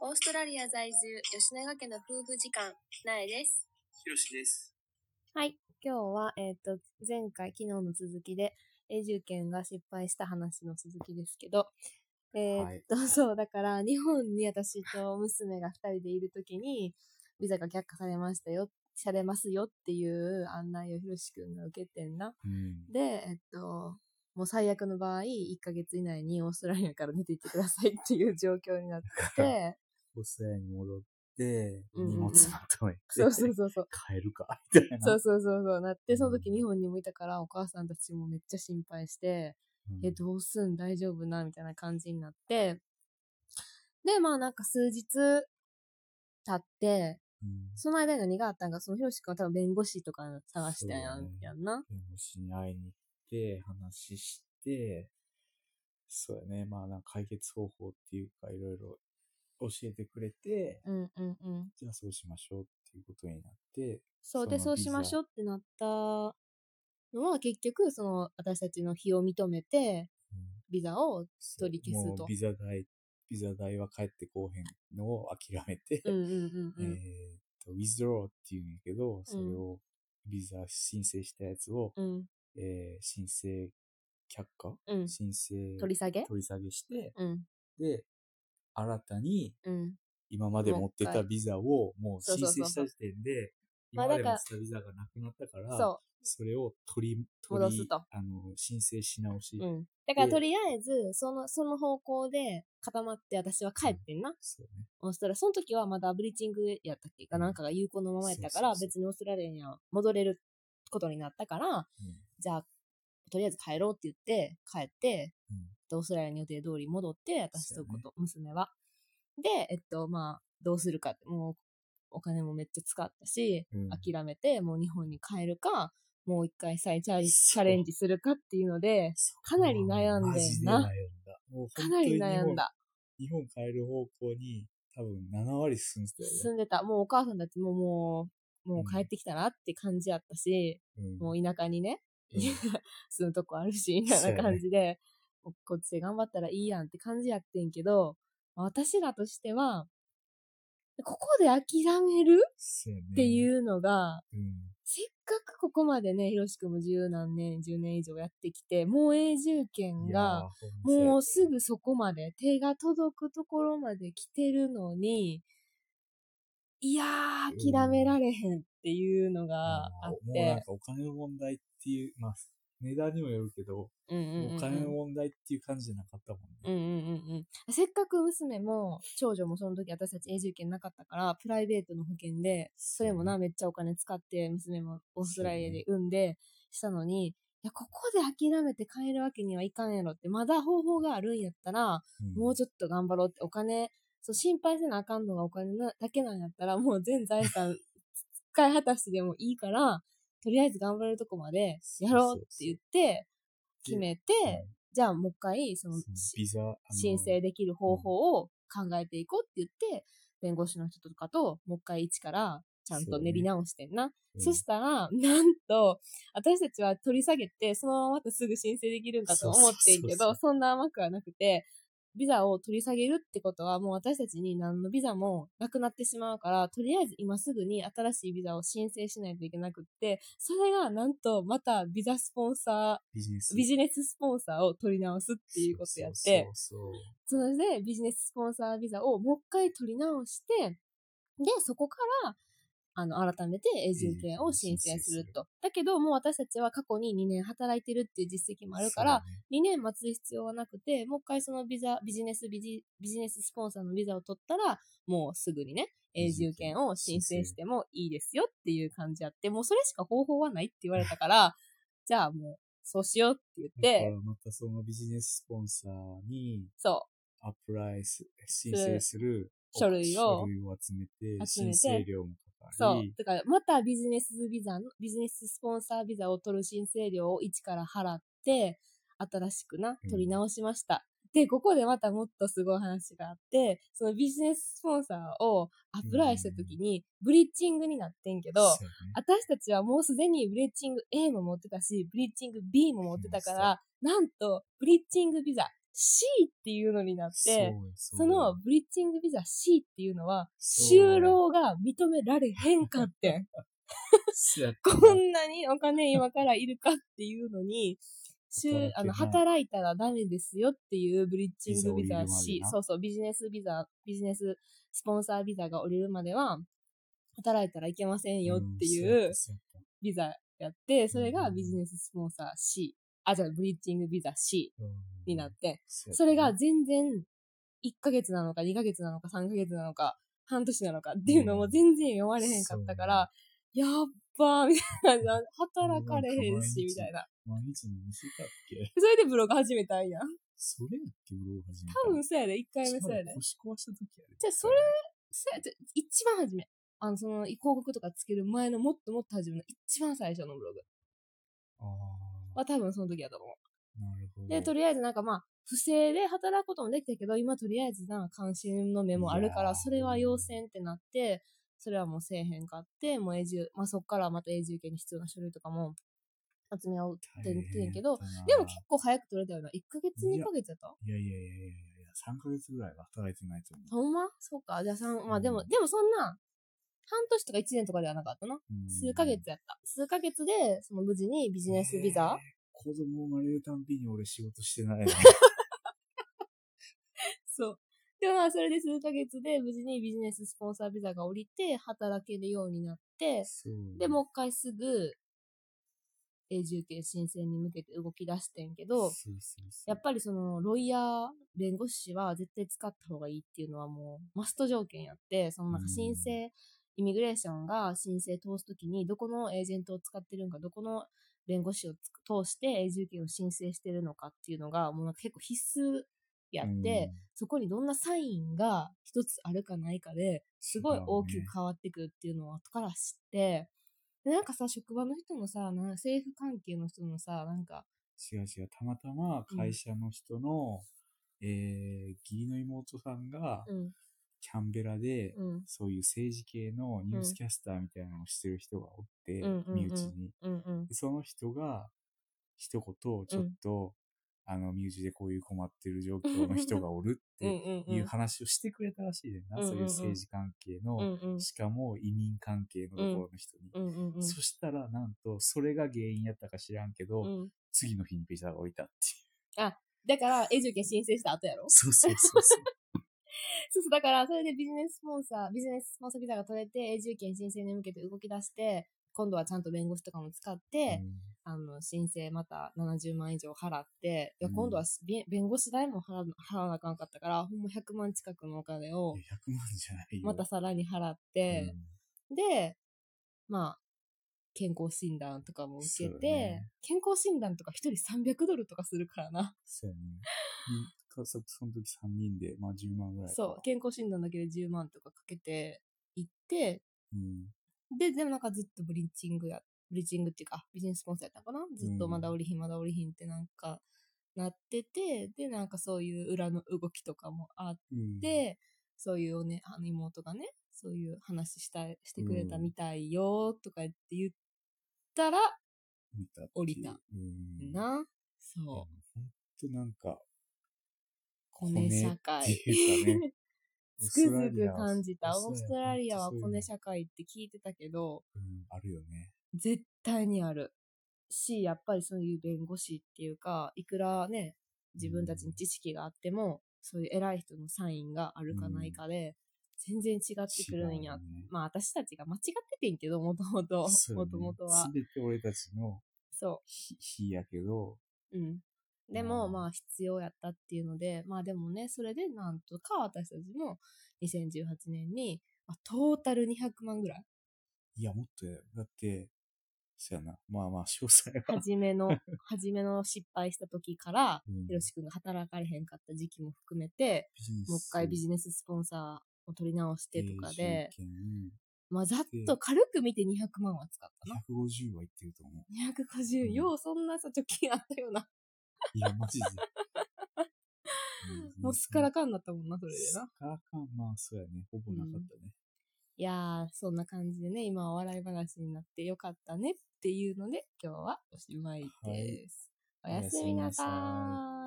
オーストラリア在住、吉永家の夫婦時間、なえです。ひろしです。はい。今日は、えっ、と、前回、昨日の続きで、永住権が失敗した話の続きですけど、えっと、そう、だから、日本に私と娘が2人でいるときに、ビザが却下されましたよ、されますよっていう案内をひろしくんが受けてんな。うん。で、えっと、もう最悪の場合、1ヶ月以内にオーストラリアから出て行ってくださいっていう状況になって、オーストラリアに戻って、うんうんうん荷物まとめて、そうそうそうそう。帰るか、みたいな。そうそうそうそう。なって、その時日本にもいたから、お母さんたちもめっちゃ心配して、うんえ、どうすん大丈夫なみたいな感じになって。で、まあなんか数日経って、うんその間に何があったんか、そのひろしくんは多分弁護士とか探したやそうんねやんな。弁護士に会いに行って、話して、そうやね、まあ、なんか解決方法っていうか、いろいろ教えてくれて、うんうんうん。じゃあそうしましょうっていうことになって、そうで、そそのうしましょうビってなったのは結局、その私たちの非を認めて、うんビザを取り消もすとう。ビザ代、ビザ代は帰ってこうへんのを諦めて、うんうんうんえうーん。っと、withdraw っていうんやけど、それを、ビザ申請したやつを、うんえー申請却下、うん。申請取り下げ取り下げして、うんで、新たにうん。今まで持ってもうた一ビザをもうそう申そうそう請した時点で、まあ今までだか持っらてたビザがなくなったから、そそれを取り、取戻りすとあの、申請し直し、う。うん。だからでとりあえず、その、その方向で固まって私は帰ってんな。そうね。オーストラリア、その時はまだブリーチングやったっけかなんかが有効のままやったから、そうそうそう別にオーストラリアには戻れることになったから、うんじゃあ、とりあえず帰ろうって言って、帰って、うんでオーストラリアに予定通り戻って、私そとうやねこと、娘は。で、えっと、まあ、どうするかって、もう、お金もめっちゃ使ったし、うん諦めて、もう日本に帰るか、もう一回再チャレンジチャレンジするかっていうので、かなり悩んマでジんで悩んなだ。。もうかなり悩んだ。。日本変える方向に多分7割進んでたよ住んでた。もうお母さんたちももう、もう帰ってきたなって感じやったし、ね。もうう田舎にね、うん 住むとこあるし、みたいな感じで、ここっちで頑張ったらいいやんって感じやってんけど、私らとしては、ここで諦めるっ ってう。いうのが、うん。せっかくここまでね、ひろしくんも十何年、10年以上やってきて、もう永住権いやがー、、ほんまそうやもうすぐそこまで、手が届くところまで来てるのに、いやー、諦められへんっていうのがあっもうなんて、かお金の問題っていう、まあ、値段にもよるけど、うんうんうんうんお金の問題っていう感じじゃなかったもんうんね。うんうんうんせっかく娘も長女もその時私たち永住権なかったからプライベートの保険でそれもなめっちゃお金使って娘もオーストラリアで産んでしたのにいやここで諦めて帰るわけにはいかんやろってまだ方法があるんやったらもうょちょっと頑張ろうって、お金、そう、心配せなあかんのがお金なだけなんやったら、もう全財産使い果たしてでもいいから、とりあえず頑張れるとこまでやろうって言って、そうそ決うめて、うんじゃあもう一回、その、しビザ、あの申請できる方法を考えていこうって言って、弁護士の人とかと、もう一回一から、ちゃんと練り直してんな。うんそしたら、 なんと、私たちは取り下げて、そのまままたすぐ申請できるんだと思ってんけそうそうそうそど、うそんな甘くはなくて、ビザを取り下げるってことは、もう私たちに何のビザもなくなってしまうから、とりあえず今すぐに新しいビザを申請しないといけなくって、それがなんとまたビザスポンサビジネス。ー、ビジネススポンサーを取り直すっていうことやって、そうそうそうそれでビジネススポンサービザをもう一回取り直して、で、そこから、あの、改めて永住権を申請すると。だけど、もう私たちは過去に2年働いてるっていう実績もあるから、、2年待つ必要はなくて、もう一回そのビザ、ビジネスビジ、ビジネススポンサーのビザを取ったら、もうすぐにね、永住権を申請してもいいですよっていう感じあって、もうそれしか方法はないって言われた から、じゃあもう、そうしようってそう言っやねだかて、らまたそのビジネススポンサーにそアプライス、申請する書類を書類を集めて、集め申て請料もかかそうり。、だから、またビジネスビザの、ビジネススポンサービザを取る申請料を一から払って、新しくな、うん取り直しました。で、ここでまたもっとすごい話があって、そのビジネススポンサーをアプライした時に、ブリッジングになってんけど、そうやね私たちはもうすでにブリッジング A も持ってたし、ブリッジング B も持ってたから、なんと、ブリッジングビザ、 C っていうのになっそうて、よそそうよのブリッジングビザ C っていうのは、そう就労が認められへんかって ん。そうやったこんなにお金今からいるかっていうのに、しゅあの働けない働いたらダメですよっていうブリッジングビザビザ降りるまで C な、そうそう、ビジネスビザ、ビジネススポンサービザが降りるまでは、働いたらいけませんよっていんうそやったそうやっビザやって、それがビジネススポンサー C、あ、じゃあブリッジングビザ C たうんになって、そうやったそれが全然1ヶ月なのか2ヶ月なのか3ヶ月なのか半年なのかっていうのも全然読まれへんかったから、やっばーみたいな、働かれへんし、みたいな。毎日の店だっけそれでブログ始めたんやん。それやっけブログ始めた多分そうやで、1回目しかそうもやで。腰壊した時やでじゃあそれ、そうやで、一番初め。あの、その、広告とかつける前のもっともっと初めの一番最初のブログああは多分その時やと思う。なるほどで、とりあえずなんかまあ、不正で働くこともできたけど、今とりあえずな、関心の目もあるかいやら、ーそれは要請ってなって、それはもうせえへんかって、もう永住、まあそっからまた永住権に必要な書類とかも集めようって言ってんけど、でも結構早く取れたよな。1ヶ月、い2やヶ月やったいやいやいやいやいやいや3ヶ月ぐらいは働いてないと思ほうんまそうか。じゃあ三まうあんでも、でもそんな、半年とか1年とかではなかったな。うん数ヶ月やった。数ヶ月で、その無事にビジネスビザ、えー子供生まれるたんびに俺仕事してない なそう。でもまあ、それで数ヶ月で無事にビジネススポンサービザが降りて、働けるようになって、そうで、もう一回すぐ、永住権申請に向けて動き出してんけそうど、そうそうやっぱりその、ロイヤー、弁護士は絶対使った方がいいっていうのはもう、マスト条件やって、そのなんか申請、イミグレーションが申請通すときに、どこのエージェントを使ってるのか、どこの弁護士をつ通して永住権を申請してるのかっていうのが、もうなんか結構必須やって、うんそこにどんなサインが一つあるかないかですごい大きく変わってくるっていうのを後から知って、でなんかさ、職場の人もさ、な政府関係の人もさ、なんか、違う違うたまたま会社の人の、えー、義理の妹さんがうん、キャンベラで、うん、そういう政治系のニュースキャスターみたいなのをしてる人がおって、うんうんうん身内に。うん、うんで。その人が、一言、ちょっと、あの、身内でこういう困ってる状況の人がおるっ うんてうんいうう話をしてくれたらしいねんな、うんうんうんそういう政治関係の、んうんしかも移民関係のところの人に。うんうんうんそしたら、なんと、それが原因やったか知らんけど、うん次の日にビザが置いたっていう。だから、永住権申請した後やろ そうそうそうそう。そうそう、だから、それでビジネススポンサー、ビジネススポンサービザが取れて、永住権申請に向けて動き出して、今度はちゃんと弁護士とかも使って、あの、申請また70万円以上払って、いやうん今度はし弁弁護士代も払わ払わなあかんかったから、ほんま100万近くのお金うをん、いや100万じゃないよ。またさらに払って、で、まあ、健康診断とかも受けそうて、ね健康診断とか一人300ドルとかするからな。そうやね。家族その時3人で、まあ10万ぐらいか。そう、健康診断だけで10万とかかけて行って、うん。で、でもなんかずっとブリーチングや、ブリーチングっていうか、ビジネススポンサーやったのかなずっとまだ降りひん、まだ降りひんってなんか、なってて、で、なんかそういう裏の動きとかもあっうん、て、そういうおね、あの妹がね、そういう話したい、してくれたみたいよ、とか言って言ったら、見たっていう降りた。うん。いや、な、ほんそう、となんか、コネ社って会。。いうかね つくづく感じた。オオーースストトララリリアアははほんとコネそう社会って聞いてたけど、うん、あるよね。絶対にあるしやっぱりそういう弁護士っていうかいくらね自分たちに知識があってもそういう偉い人のサインがあるかないかで、全然違ってくるんや、違 うねまあ私たちが間違っててんけどもともとそうもよねともとはすべて俺たちのそ日日やけど、ううんでも、うんまあ必要やったっていうのでまあでもねそれでなんとか私たちも2018年に、まあ、トータル200万ぐらいいや、もっとやだって、そやな。まあまあ、詳細は。初めの 初めの失敗した時からうんひろしくんが働かれへんかった時期も含めて、ビジネスもう一回ビジネススポンサーを取り直してとかで、永住権まあざっと軽く見て200万は使ったな。 150はいってると思う。 250、ようそんなさ、貯金あったような。いや、マジで。んもうすっからかんになったもんな、それですな。っからかん、まあ、そうやね。ほぼなかったね。いやー、そんな感じでね、今は笑い話になってよかったねっていうので、今日はおしまいです。おやすみなさおやすみなーい。